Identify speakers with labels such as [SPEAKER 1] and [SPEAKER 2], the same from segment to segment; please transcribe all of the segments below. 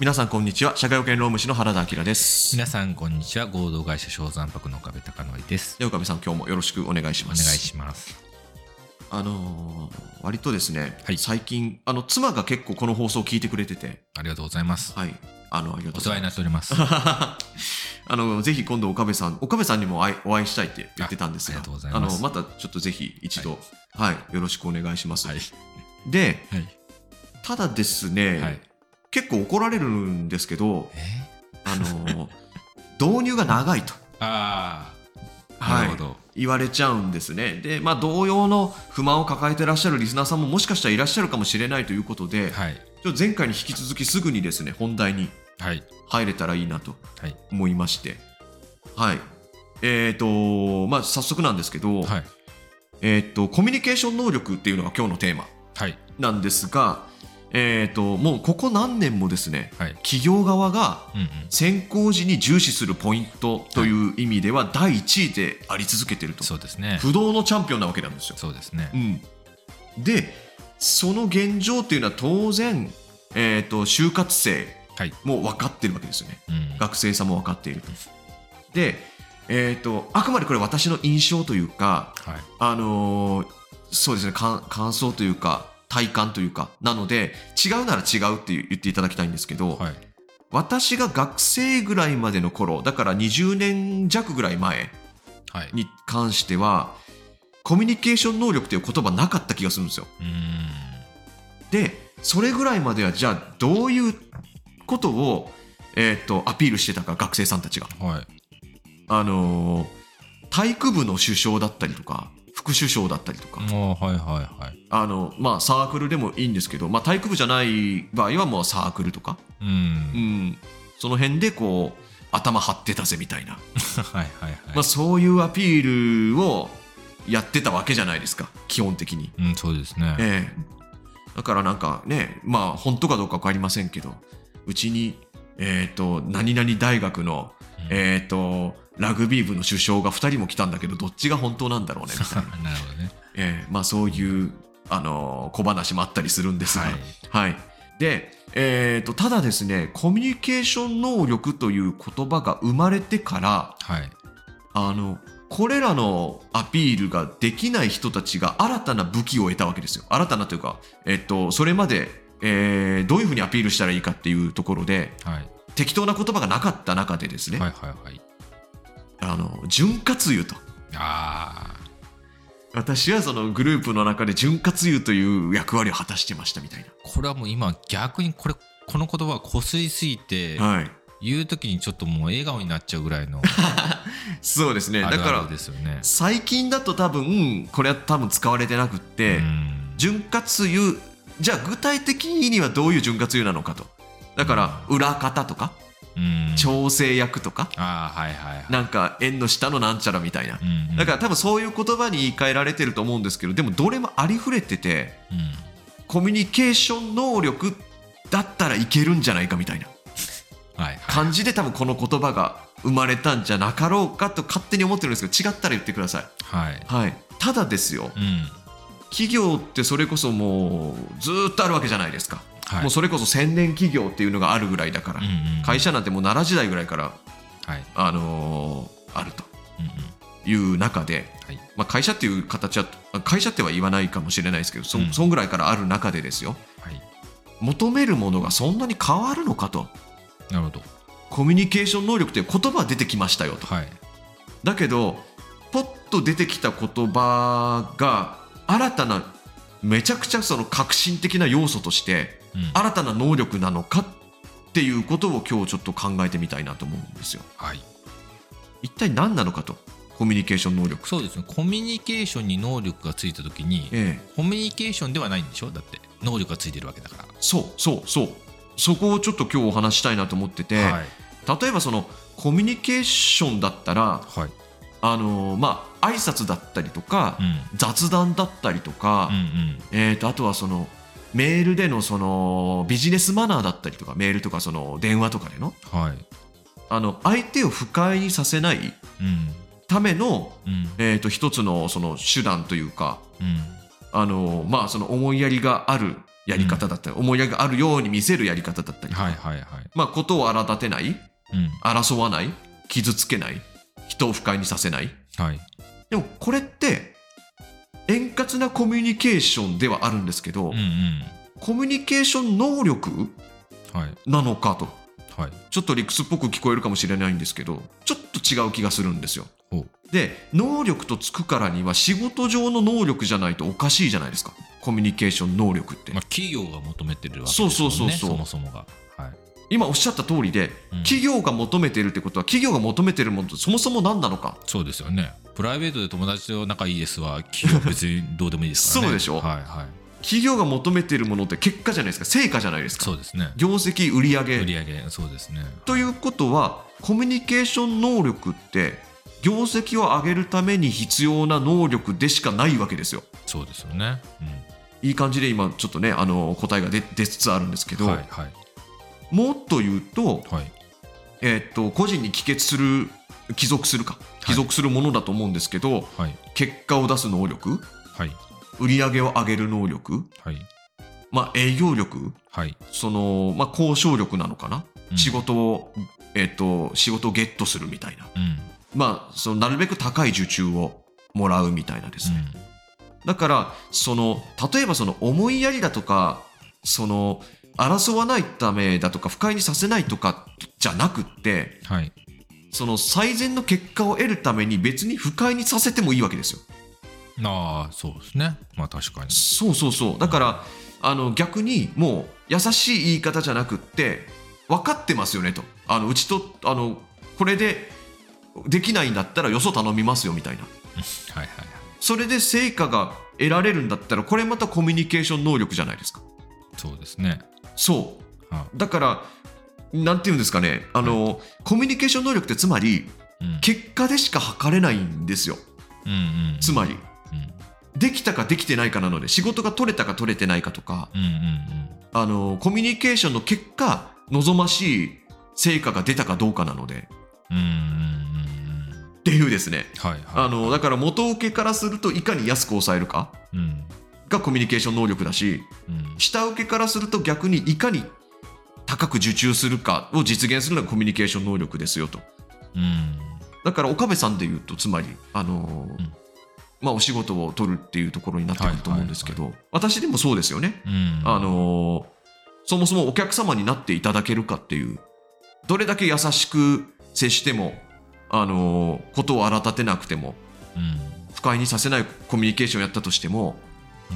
[SPEAKER 1] 皆さんこんにちは社会保険労務士の原田明です
[SPEAKER 2] 皆さんこんにちは合同会社小山泊の岡部貴則です
[SPEAKER 1] で岡部さん今日もよろしくお願いし
[SPEAKER 2] お
[SPEAKER 1] ま
[SPEAKER 2] 願い
[SPEAKER 1] す
[SPEAKER 2] します
[SPEAKER 1] あのー割とですね、
[SPEAKER 2] はい
[SPEAKER 1] 最近あの妻が結構この放送を聞いてくれてて
[SPEAKER 2] ありがとうございます
[SPEAKER 1] はいあのありがとう
[SPEAKER 2] お
[SPEAKER 1] ご
[SPEAKER 2] 世
[SPEAKER 1] ざい
[SPEAKER 2] 話に
[SPEAKER 1] ま
[SPEAKER 2] なっ
[SPEAKER 1] す
[SPEAKER 2] ておりますあ
[SPEAKER 1] あのぜひ今度岡部さん岡部さんにもお会いお会いしたいって言ってたんですが
[SPEAKER 2] あありがとうございます
[SPEAKER 1] あのまたちょっとぜひ一度はい、よろしくお願いします、
[SPEAKER 2] はい
[SPEAKER 1] で
[SPEAKER 2] はい
[SPEAKER 1] ただですね、
[SPEAKER 2] はい
[SPEAKER 1] 結構怒られるんですけど
[SPEAKER 2] え
[SPEAKER 1] あ の導入が長いと
[SPEAKER 2] ああ
[SPEAKER 1] は
[SPEAKER 2] ないるほど
[SPEAKER 1] 言われちゃうんですねで、まあ、同様の不満を抱えてらっしゃるリスナーさんももしかしたらいらっしゃるかもしれないということで、
[SPEAKER 2] はい
[SPEAKER 1] ちょっと前回に引き続きすぐにですね本題に
[SPEAKER 2] はい
[SPEAKER 1] 入れたらいいなと
[SPEAKER 2] はい
[SPEAKER 1] 思いましてはいえーとまあ、早速なんですけど、
[SPEAKER 2] はい
[SPEAKER 1] えー、とコミュニケーション能力っていうのが今日のテーマ
[SPEAKER 2] はい
[SPEAKER 1] なんですが、えー、ともうここ何年もですね
[SPEAKER 2] はい
[SPEAKER 1] 企業側が
[SPEAKER 2] うんうん
[SPEAKER 1] 選考時に重視するポイントという意味では第1位であり続けてると、
[SPEAKER 2] そうですね
[SPEAKER 1] 不動のチャンピオンなわけなんですよ。
[SPEAKER 2] そうですね
[SPEAKER 1] うん、でその現状っていうのは当然、えー、と就活生
[SPEAKER 2] はい
[SPEAKER 1] も分かってるわけですよね
[SPEAKER 2] うん
[SPEAKER 1] 学生さんも分かっていると。で、えー、とあくまでこれ私の印象というか、
[SPEAKER 2] はい
[SPEAKER 1] あのーそうですね感感想というか体感というかなので違うなら違うって言っていただきたいんですけど、
[SPEAKER 2] はい
[SPEAKER 1] 私が学生ぐらいまでの頃だから20年弱ぐらい前
[SPEAKER 2] はい
[SPEAKER 1] に関してはコミュニケーション能力という言葉なかった気がするんですよ。
[SPEAKER 2] うーん
[SPEAKER 1] でそれぐらいまではじゃあどういうことを、えー、とアピールしてたか学生さんたちが、
[SPEAKER 2] はい
[SPEAKER 1] あのー体育部の首相だったりとか副首相だったりとか、
[SPEAKER 2] もうはいはいはい
[SPEAKER 1] あのまあ、サークルでもいいんですけど、まあ、体育部じゃない場合はもうサークルとか、
[SPEAKER 2] う
[SPEAKER 1] うんん、その辺でこう頭張ってたぜみたいな、
[SPEAKER 2] はいはい
[SPEAKER 1] まあ、
[SPEAKER 2] は
[SPEAKER 1] そういうアピールをやってたわけじゃないですか基本的に。
[SPEAKER 2] いうんそうですね
[SPEAKER 1] ええ、だからなんかねまあ本当かどうか分かりませんけどうちに、えー、と何々大学の、
[SPEAKER 2] うん
[SPEAKER 1] えー、とラグビー部の首相が2人も来たんだけどどっちが本当なんだろうねみたいな、
[SPEAKER 2] なるほどね
[SPEAKER 1] ええまあ、そういう、あのー小話もあったりするんですが、
[SPEAKER 2] は
[SPEAKER 1] はいいでえー、とただですねコミュニケーション能力という言葉が生まれてから
[SPEAKER 2] はい
[SPEAKER 1] あのこれらのアピールができない人たちが新たな武器を得たわけですよ。新たなというか、えっと、それまで、えーどういうふうにアピールしたらいいかっていうところで
[SPEAKER 2] はい
[SPEAKER 1] 適当な言葉がなかった中でですね、
[SPEAKER 2] はいはいはい
[SPEAKER 1] あの潤滑油と
[SPEAKER 2] あ
[SPEAKER 1] 私はそのグループの中で潤滑油という役割を果たしてましたみたい
[SPEAKER 2] あこれはもう今逆にこれこの言葉こすりすぎて
[SPEAKER 1] な、はい、
[SPEAKER 2] 言う時にちょっともう笑顔になっちゃうぐらいの
[SPEAKER 1] そうですね
[SPEAKER 2] あ
[SPEAKER 1] だ
[SPEAKER 2] る
[SPEAKER 1] か
[SPEAKER 2] ある
[SPEAKER 1] ら
[SPEAKER 2] ですよね。
[SPEAKER 1] 最近だと多分これは多分使われてなくって、
[SPEAKER 2] うん
[SPEAKER 1] 潤滑油じゃあ具体的にはどういう潤滑油なのかとだから裏方とか
[SPEAKER 2] うん
[SPEAKER 1] 調整役とか
[SPEAKER 2] ああはいはいはい。
[SPEAKER 1] なんか円の下のなんちゃらみたいな
[SPEAKER 2] うんうん
[SPEAKER 1] だから多分そういう言葉に言い換えられてると思うんですけどでもどれもありふれてて
[SPEAKER 2] うん
[SPEAKER 1] コミュニケーション能力だったらいけるんじゃないかみたいな
[SPEAKER 2] はいはい
[SPEAKER 1] 感じで多分この言葉が生まれたんじゃなかろうかと勝手に思ってるんですけど違ったら言ってください。
[SPEAKER 2] はい。
[SPEAKER 1] はい、ただですよ
[SPEAKER 2] うん
[SPEAKER 1] 企業ってそれこそもうずーっとあるわけじゃないですか。
[SPEAKER 2] はい。
[SPEAKER 1] もうそれこそ千年企業っていうのがあるぐらいだから、
[SPEAKER 2] うんうん
[SPEAKER 1] 会社なんてもう奈良時代ぐらいから、
[SPEAKER 2] はい。
[SPEAKER 1] あのーあると
[SPEAKER 2] うんうん
[SPEAKER 1] いう中で、
[SPEAKER 2] はい
[SPEAKER 1] まあ、会社っていう形は会社っては言わないかもしれないですけどそ,、
[SPEAKER 2] うん
[SPEAKER 1] そんぐらいからある中でですよ
[SPEAKER 2] はい。
[SPEAKER 1] 求めるものがそんなに変わるのかと
[SPEAKER 2] なるほど。
[SPEAKER 1] コミュニケーション能力という言葉は出てきましたよと
[SPEAKER 2] はい。
[SPEAKER 1] だけどポッと出てきた言葉が新たなめちゃくちゃその革新的な要素として
[SPEAKER 2] うん
[SPEAKER 1] 新たな能力なのかっていうことを今日ちょっと考えてみたいなと思うんですよ。
[SPEAKER 2] はい。
[SPEAKER 1] 一体何なのかとコミュニケーション能力。
[SPEAKER 2] そうですね。コミュニケーションに能力がついた時に
[SPEAKER 1] ええ、
[SPEAKER 2] コミュニケーションではないんでしょだって能力がついてるわけだか
[SPEAKER 1] そうそうそうそこをちょっと今日お話ししたいなと思ってて、
[SPEAKER 2] ら。はい。
[SPEAKER 1] 例えばそのコミュニケーションだったら
[SPEAKER 2] はい。
[SPEAKER 1] あのーまあ挨拶だったりとか、
[SPEAKER 2] うん
[SPEAKER 1] 雑談だったりとか、
[SPEAKER 2] うんうん
[SPEAKER 1] えー、とあとはそのメールでのそのビジネスマナーだったりとかメールとかその電話とかでの
[SPEAKER 2] はい。
[SPEAKER 1] あの相手を不快にさせない
[SPEAKER 2] うん
[SPEAKER 1] ための、
[SPEAKER 2] うん
[SPEAKER 1] えー、と一つのその手段というか
[SPEAKER 2] うん
[SPEAKER 1] あのまあその思いやりがあるやり方だったり、思いやりがあるように見せるやり方だったり、
[SPEAKER 2] はいはいはい。
[SPEAKER 1] まあ、ことを荒立てない、
[SPEAKER 2] うん。
[SPEAKER 1] 争わない、傷つけない、人を不快にさせない。
[SPEAKER 2] はい。
[SPEAKER 1] でもこれって、円滑なコミュニケーションではあるんですけど、
[SPEAKER 2] うんうん。
[SPEAKER 1] コミュニケーション能力
[SPEAKER 2] はい。
[SPEAKER 1] なのかと、
[SPEAKER 2] はい。
[SPEAKER 1] ちょっと理屈っぽく聞こえるかもしれないんですけど、ちょっと違う気がするんですよ。
[SPEAKER 2] ほう。
[SPEAKER 1] で、能力とつくからには仕事上の能力じゃないとおかしいじゃないですか。コミュニケーション能力って
[SPEAKER 2] まあ、。企業が求めてるわけです
[SPEAKER 1] そう
[SPEAKER 2] も
[SPEAKER 1] ん
[SPEAKER 2] ね。
[SPEAKER 1] そうそうそう
[SPEAKER 2] そもそもが。はい。
[SPEAKER 1] 今おっしゃった通りで、
[SPEAKER 2] うん
[SPEAKER 1] 企業が求めているってことは、企業が求めているものとそもそも何なのか。
[SPEAKER 2] そうですよね。プライベートで友達と仲いいですは、企業別にどうでもいいです からね。
[SPEAKER 1] そうでしょ
[SPEAKER 2] はいはい。
[SPEAKER 1] 企業が求めているものって結果じゃないですか。成果じゃないですか。
[SPEAKER 2] そうですね。
[SPEAKER 1] 業績、売上
[SPEAKER 2] 売上そうですね。
[SPEAKER 1] ということはコミュニケーション能力って業績を上げるために必要な能力でしかないわけですよ。
[SPEAKER 2] そうですよね。
[SPEAKER 1] いい感じで今ちょっとねあの答えが出出つつあるんですけ
[SPEAKER 2] う
[SPEAKER 1] ど、
[SPEAKER 2] ん。はいはい
[SPEAKER 1] もっと言うと,、
[SPEAKER 2] はい。
[SPEAKER 1] えーっと個人に帰結する帰属するか帰属するものだと思うんですけど、
[SPEAKER 2] はい
[SPEAKER 1] 結果を出す能力
[SPEAKER 2] はい
[SPEAKER 1] 売り上げを上げる能力、
[SPEAKER 2] はい
[SPEAKER 1] まあ、営業力
[SPEAKER 2] はい。
[SPEAKER 1] その、まあ、交渉力なのかな、
[SPEAKER 2] うん
[SPEAKER 1] 仕。事を、えーっと仕事をゲットするみたいな。
[SPEAKER 2] うん。
[SPEAKER 1] まあ、そのなるべく高い受注をもらうみたいなですね、だからその例えばその思いやりだとかその争わないためだとか不快にさせないとかじゃなくって
[SPEAKER 2] うん。はい。
[SPEAKER 1] その最善の結果を得るために別に不快にさせてもいいわけですよ
[SPEAKER 2] ああ、そうですね。まあ確かに。
[SPEAKER 1] そうそうそうだからあの逆にもう優しい言い方じゃなくって分かってますよねとあのうちとあのこれでできないんだったらよそ頼みますよみたいな
[SPEAKER 2] はいはいはい。
[SPEAKER 1] それで成果が得られるんだったらこれまたコミュニケーション能力じゃないですか
[SPEAKER 2] そうですね。
[SPEAKER 1] そ
[SPEAKER 2] は
[SPEAKER 1] うだからなんて言うんですかねあの、コミュニケーション能力ってつまり
[SPEAKER 2] うん。
[SPEAKER 1] 結果でしか測れないんですよ
[SPEAKER 2] うんうんうん。
[SPEAKER 1] つまり
[SPEAKER 2] うん。
[SPEAKER 1] できたかできてないかなので仕事が取れたか取れてないかとか
[SPEAKER 2] うんうん
[SPEAKER 1] あのコミュニケーションの結果望ましい成果が出たかどうかなので
[SPEAKER 2] うん。うんうんうんうん。
[SPEAKER 1] っていうですね
[SPEAKER 2] はいはい。
[SPEAKER 1] あのだから元請けからするといかに安く抑えるか
[SPEAKER 2] うん。
[SPEAKER 1] がコミュニケーション能力だし
[SPEAKER 2] うん。
[SPEAKER 1] 下請けからすると逆にいかに高く受注するかを実現するのがコミュニケーション能力ですよと
[SPEAKER 2] うん。
[SPEAKER 1] だから岡部さんで言うとつまり、あのー
[SPEAKER 2] うん
[SPEAKER 1] まあ、お仕事を取るっていうところになってくると思うんですけど、私でもそうですよね、
[SPEAKER 2] うん。
[SPEAKER 1] あのーそもそもお客様になっていただけるかっていうどれだけ優しく接しても、あのーことを荒立てなくても
[SPEAKER 2] うん。
[SPEAKER 1] 不快にさせないコミュニケーションをやったとしても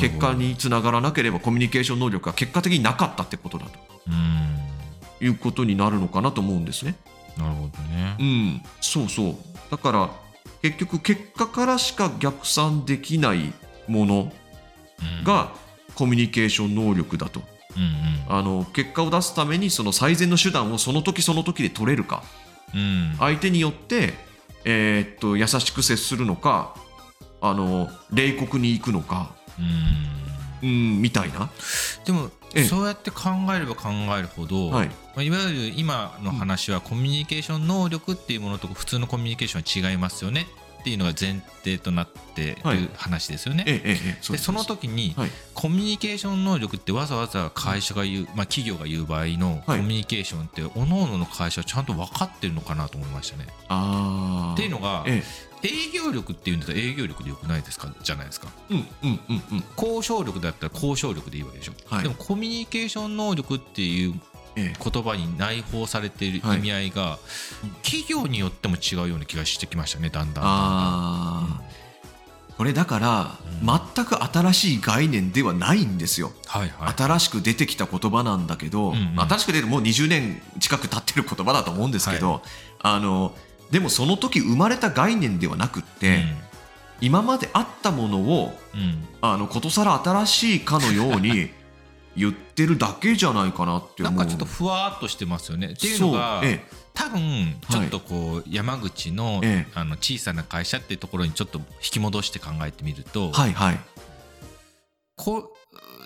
[SPEAKER 1] 結果につながらなければコミュニケーション能力が結果的になかったってことだと。
[SPEAKER 2] うん。
[SPEAKER 1] いうことになるのかなと思うんですね。
[SPEAKER 2] なるほどね
[SPEAKER 1] う。ん、そうそう。だから結局結果からしか逆算できないもの
[SPEAKER 2] うん、
[SPEAKER 1] がコミュニケーション能力だと。
[SPEAKER 2] うん
[SPEAKER 1] あの結果を出すためにその最善の手段をその時その時で取れるか、
[SPEAKER 2] うん。うん。
[SPEAKER 1] 相手によってえーっと優しく接するのか、あの冷酷に行くのか、
[SPEAKER 2] うん。
[SPEAKER 1] うんみたいな。
[SPEAKER 2] でも
[SPEAKER 1] ええ
[SPEAKER 2] そうやって考えれば考えるほど、
[SPEAKER 1] はい
[SPEAKER 2] いまあ、いわゆる今の話はコミュニケーション能力っていうものと普通のコミュニケーションは違いますよねっていうのが前提となって
[SPEAKER 1] はい
[SPEAKER 2] る話ですよね。
[SPEAKER 1] ええええええう
[SPEAKER 2] で
[SPEAKER 1] です
[SPEAKER 2] その時に、
[SPEAKER 1] はい
[SPEAKER 2] コミュニケーション能力ってわざわざ会社が言う、まあ、企業が言う場合のコ
[SPEAKER 1] はい
[SPEAKER 2] ミュニケーションって各々の会社はちゃんと分かってるのかなと思いましたね。
[SPEAKER 1] あー
[SPEAKER 2] っていうのが
[SPEAKER 1] え
[SPEAKER 2] 営業力っていうんだったら営業力でよくないですかじゃないですか。
[SPEAKER 1] え、うんうんうんうん。
[SPEAKER 2] 交渉力だったら交渉力でいいわけでしょ、
[SPEAKER 1] はい
[SPEAKER 2] でもコミュニケーション能力っていう
[SPEAKER 1] ええ
[SPEAKER 2] 言葉に内包されている
[SPEAKER 1] はい
[SPEAKER 2] 意味合いが、企業によっても違うような気がしてきましたねだんだん
[SPEAKER 1] あーこれだから、
[SPEAKER 2] うん
[SPEAKER 1] 全く新しい概念ではないんですよ、
[SPEAKER 2] はいはい
[SPEAKER 1] 新しく出てきた言葉なんだけど、
[SPEAKER 2] うんうん
[SPEAKER 1] 新しく出てもう20年近く経ってる言葉だと思うんですけど、あのでもその時生まれた概念ではなくって、今まであったものを
[SPEAKER 2] うんうん
[SPEAKER 1] あのことさら新しいかのよう に言ってるだけじゃないかなって
[SPEAKER 2] な
[SPEAKER 1] 思う。
[SPEAKER 2] んかちょっとふわーっとしてますよねっていうのが
[SPEAKER 1] そうえ
[SPEAKER 2] 多分ちょっとこう山口の,、
[SPEAKER 1] ええ
[SPEAKER 2] あの小さな会社っていうところにちょっと引き戻して考えてみると、
[SPEAKER 1] えはいはい、
[SPEAKER 2] こう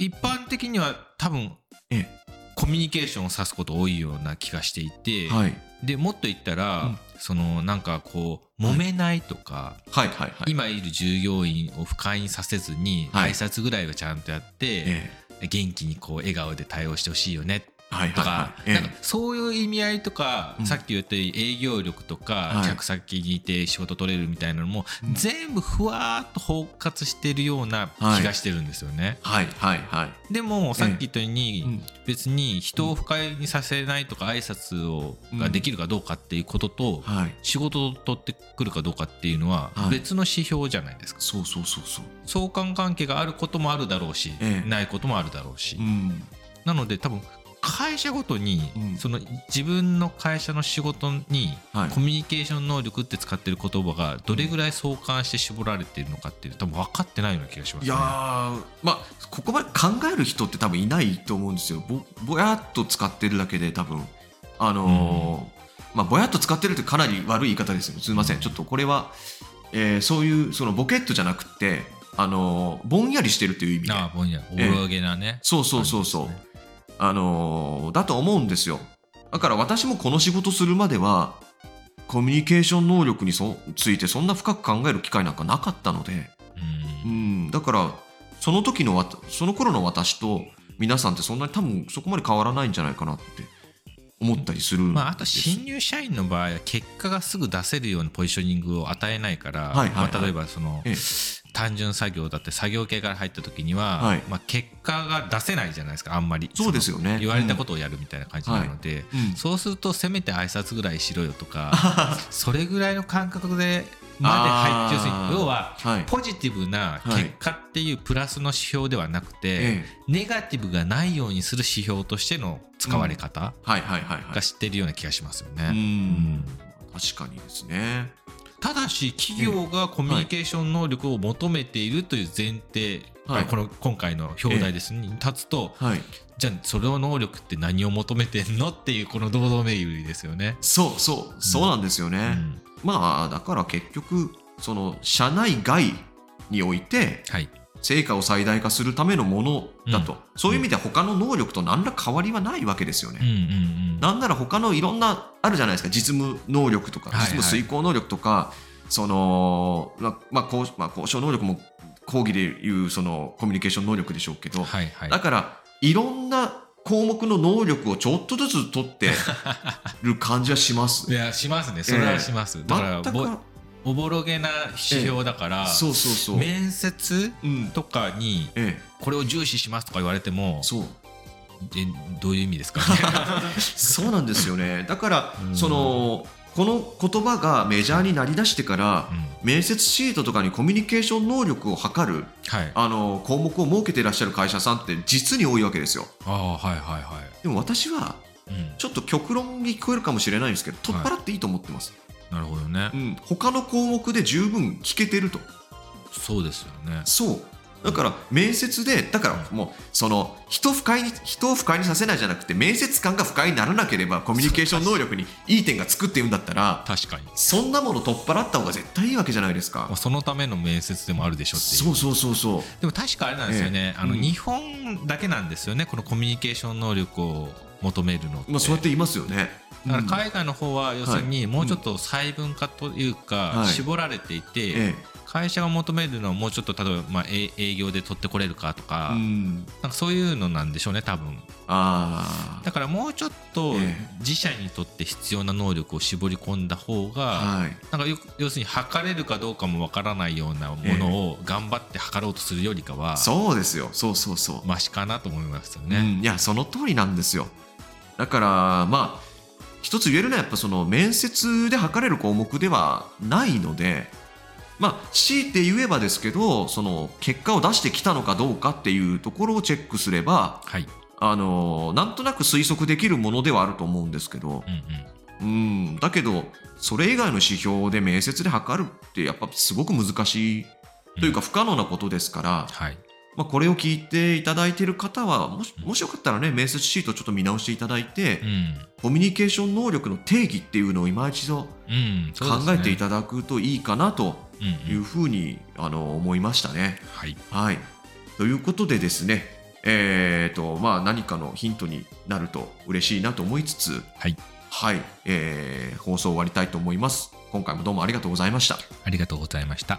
[SPEAKER 2] 一般的には多分
[SPEAKER 1] え
[SPEAKER 2] コミュニケーションを指すこと多いような気がしていて、
[SPEAKER 1] えはい
[SPEAKER 2] でもっと言ったら、
[SPEAKER 1] うん
[SPEAKER 2] そのなんかこう揉めないとか、
[SPEAKER 1] はいはいはい。
[SPEAKER 2] 今いる従業員を不快にさせずに
[SPEAKER 1] は
[SPEAKER 2] 挨
[SPEAKER 1] い
[SPEAKER 2] 拶ぐらいはちゃんとやって、
[SPEAKER 1] ええ
[SPEAKER 2] 元気にこう笑顔で対応してほしいよね
[SPEAKER 1] はい
[SPEAKER 2] と
[SPEAKER 1] は
[SPEAKER 2] か
[SPEAKER 1] いはい。え
[SPEAKER 2] なんかそういう意味合いとか
[SPEAKER 1] うん
[SPEAKER 2] さっき言ったように営業力とか
[SPEAKER 1] はい
[SPEAKER 2] 客先にいて仕事取れるみたいなのも
[SPEAKER 1] うん
[SPEAKER 2] 全部ふわーっと包括してるような気がしてるんですよね
[SPEAKER 1] えはいはいはい。
[SPEAKER 2] でもさっき言ったよう
[SPEAKER 1] う
[SPEAKER 2] に
[SPEAKER 1] ん
[SPEAKER 2] 別に人を不快にさせないとか挨拶をができるかどうかっていうことと
[SPEAKER 1] はい。
[SPEAKER 2] 仕事を取ってくるかどうかっていうのは
[SPEAKER 1] はい
[SPEAKER 2] 別の指標じゃないですか
[SPEAKER 1] そうそうそうそう。
[SPEAKER 2] 相関関係があることもあるだろうし
[SPEAKER 1] ええ
[SPEAKER 2] ないこともあるだろうし
[SPEAKER 1] うん。
[SPEAKER 2] なので多分会社ごとに、
[SPEAKER 1] うん
[SPEAKER 2] その自分の会社の仕事に、
[SPEAKER 1] はい
[SPEAKER 2] コミュニケーション能力って使ってる言葉がどれぐらい相関して絞られてるのかっていう多分分かってないような気がします
[SPEAKER 1] い
[SPEAKER 2] ね。
[SPEAKER 1] やーまあここまで考える人って多分いないと思うんですよぼぼやっと使ってるだけで多分あのーまあぼやっと使ってるってかなり悪い言い方ですよすみませんちょっとこれは、えーそういうそのボケっとじゃなくてあのーぼんやりしてるという意味で
[SPEAKER 2] ああぼんや
[SPEAKER 1] ええ
[SPEAKER 2] りおぼろげなね。
[SPEAKER 1] そうそうそうそう、
[SPEAKER 2] 感じですね
[SPEAKER 1] あのーだと思うんですよだから私もこの仕事するまではコミュニケーション能力にそついてそんな深く考える機会なんかなかったのでう
[SPEAKER 2] うん
[SPEAKER 1] ん、だからその時のわたその頃の私と皆さんってそんなに多分そこまで変わらないんじゃないかなって思ったりするんです、
[SPEAKER 2] まあ、あと新入社員の場合は結果がすぐ出せるようなポジショニングを与えないか
[SPEAKER 1] は
[SPEAKER 2] ら、
[SPEAKER 1] いはいはい
[SPEAKER 2] まあ、例えばその
[SPEAKER 1] ええ
[SPEAKER 2] 単純作業だって作業系から入った時には、
[SPEAKER 1] はい
[SPEAKER 2] まあ、結果が出せないじゃないですかあんまり
[SPEAKER 1] そうですよね
[SPEAKER 2] 言われたことをやるみたいな感じなので、
[SPEAKER 1] うんうん
[SPEAKER 2] そうするとせめて挨拶ぐらいしろよとかそれぐらいの感覚でまで入って
[SPEAKER 1] あー
[SPEAKER 2] 要するに要は
[SPEAKER 1] はい
[SPEAKER 2] ポジティブな結果っていうプラスの指標ではなくて、
[SPEAKER 1] ええ
[SPEAKER 2] ネガティブがないようにする指標としての使われ方
[SPEAKER 1] はいはいはいは
[SPEAKER 2] が
[SPEAKER 1] い
[SPEAKER 2] 知ってるような気がしますよね。
[SPEAKER 1] うん
[SPEAKER 2] うん
[SPEAKER 1] 確かにですね
[SPEAKER 2] ただし企業がコミュニケーション能力を求めているという前提が、
[SPEAKER 1] はい
[SPEAKER 2] この今回の表題ですねに立つと
[SPEAKER 1] はい
[SPEAKER 2] じゃあそれの能力って何を求めてんのっていうこの堂々巡りですよね。
[SPEAKER 1] そうそうそうなんですよ
[SPEAKER 2] う
[SPEAKER 1] ね、
[SPEAKER 2] ん
[SPEAKER 1] まあだから結局その社内外において
[SPEAKER 2] はい
[SPEAKER 1] 成果を最大化するためのものだと、
[SPEAKER 2] うん
[SPEAKER 1] そういう意味では他の能力と何ら変わりはないわけですよね、
[SPEAKER 2] うんうんうん
[SPEAKER 1] なんなら他のいろんなあるじゃないですか実務能力とか
[SPEAKER 2] はいはい
[SPEAKER 1] 実務遂行能力とか、そのままあ交まあ、交渉能力も講義でいうそのコミュニケーション能力でしょうけど、
[SPEAKER 2] はいはい
[SPEAKER 1] だからいろんな項目の能力をちょっとずつ取ってる感じはします
[SPEAKER 2] い。やします ねそれはします、だから
[SPEAKER 1] 全
[SPEAKER 2] ぼ
[SPEAKER 1] く
[SPEAKER 2] おぼろげな指標だから、
[SPEAKER 1] そうそうそう。
[SPEAKER 2] 面接
[SPEAKER 1] うん
[SPEAKER 2] とかに
[SPEAKER 1] ええ、
[SPEAKER 2] これを重視しますとか言われても
[SPEAKER 1] そう
[SPEAKER 2] えどういう意 味ですか
[SPEAKER 1] そうなんですよ ね。だから、
[SPEAKER 2] うん
[SPEAKER 1] そのこの言葉がメジャーになりだしてから、
[SPEAKER 2] うん
[SPEAKER 1] 面接シートとかにコミュニケーション能力を測る
[SPEAKER 2] はい
[SPEAKER 1] あの項目を設けていらっしゃる会社さんって実に多いわけですよ
[SPEAKER 2] ああはいはいは、
[SPEAKER 1] でも私はい
[SPEAKER 2] うん、
[SPEAKER 1] ちょっと極論に聞こえるかもしれないんですけど取っ払っていいと思ってます、
[SPEAKER 2] なるほどね、
[SPEAKER 1] うん、他の項目で十分聞けてると
[SPEAKER 2] そうですよね
[SPEAKER 1] そうだから面接でだからもうその人不快に人を不快にさせないじゃなくて面接官が不快にならなければコミュニケーション能力にいい点がつくっていうんだったら
[SPEAKER 2] 確かに、
[SPEAKER 1] そんなもの取っ払った方が絶対いいわけじゃないです
[SPEAKER 2] まあ、
[SPEAKER 1] か
[SPEAKER 2] そのための面接でもあるでしょっていう
[SPEAKER 1] そうそうそうそう
[SPEAKER 2] でも確かあれなんですよね、
[SPEAKER 1] ええ
[SPEAKER 2] あの
[SPEAKER 1] うん
[SPEAKER 2] 日本だけなんですよねこのコミュニケーション能力を求めるのって、
[SPEAKER 1] まあそうやって言いますよね
[SPEAKER 2] だから
[SPEAKER 1] うん
[SPEAKER 2] 海外の方は要するにもうちょっと細分化という
[SPEAKER 1] は
[SPEAKER 2] か
[SPEAKER 1] い
[SPEAKER 2] 絞られていて、
[SPEAKER 1] え
[SPEAKER 2] 会社が求めるのはもうちょっと例えばまあえ営業で取ってこれるかと
[SPEAKER 1] え
[SPEAKER 2] か,、
[SPEAKER 1] うん
[SPEAKER 2] なんかそういうのなんでしょうね多分
[SPEAKER 1] ああ
[SPEAKER 2] だからもうちょっと
[SPEAKER 1] え
[SPEAKER 2] 自社にとって必要な能力を絞り込んだ方が、
[SPEAKER 1] はい、
[SPEAKER 2] なんかよく要するに測れるかどうかもわからないようなものを頑張って測ろうとするよりかは、
[SPEAKER 1] そうですよそうそうそう、
[SPEAKER 2] マシかなと思いますよ
[SPEAKER 1] う
[SPEAKER 2] ね。
[SPEAKER 1] んいやその通りなんですよだからまあ一つ言えるのはやっぱその面接で測れる項目ではないのでまあ強いて言えばですけどその結果を出してきたのかどうかっていうところをチェックすれば
[SPEAKER 2] はい、
[SPEAKER 1] あのなんとなく推測できるものではあると思うんですけど
[SPEAKER 2] うんうん
[SPEAKER 1] うんだけどそれ以外の指標で面接で測るってやっぱすごく難しいというか不可能なことですから、
[SPEAKER 2] はい
[SPEAKER 1] まあ、これを聞いていただいている方はもしもしよかったらね面接シートをちょっと見直していただいて、
[SPEAKER 2] うん
[SPEAKER 1] コミュニケーション能力の定義っていうのを今一度
[SPEAKER 2] うん、
[SPEAKER 1] 考えていただくといいかなと
[SPEAKER 2] うんうん
[SPEAKER 1] いうふうに、あの思いましたね。
[SPEAKER 2] はい、
[SPEAKER 1] はい、ということでですね、えーとまあ、何かのヒントになると嬉しいなと思いつつ、
[SPEAKER 2] はい、
[SPEAKER 1] はいえー放送を終わりたいと思います。今回もどうもありがとうございました。
[SPEAKER 2] ありがとうございました。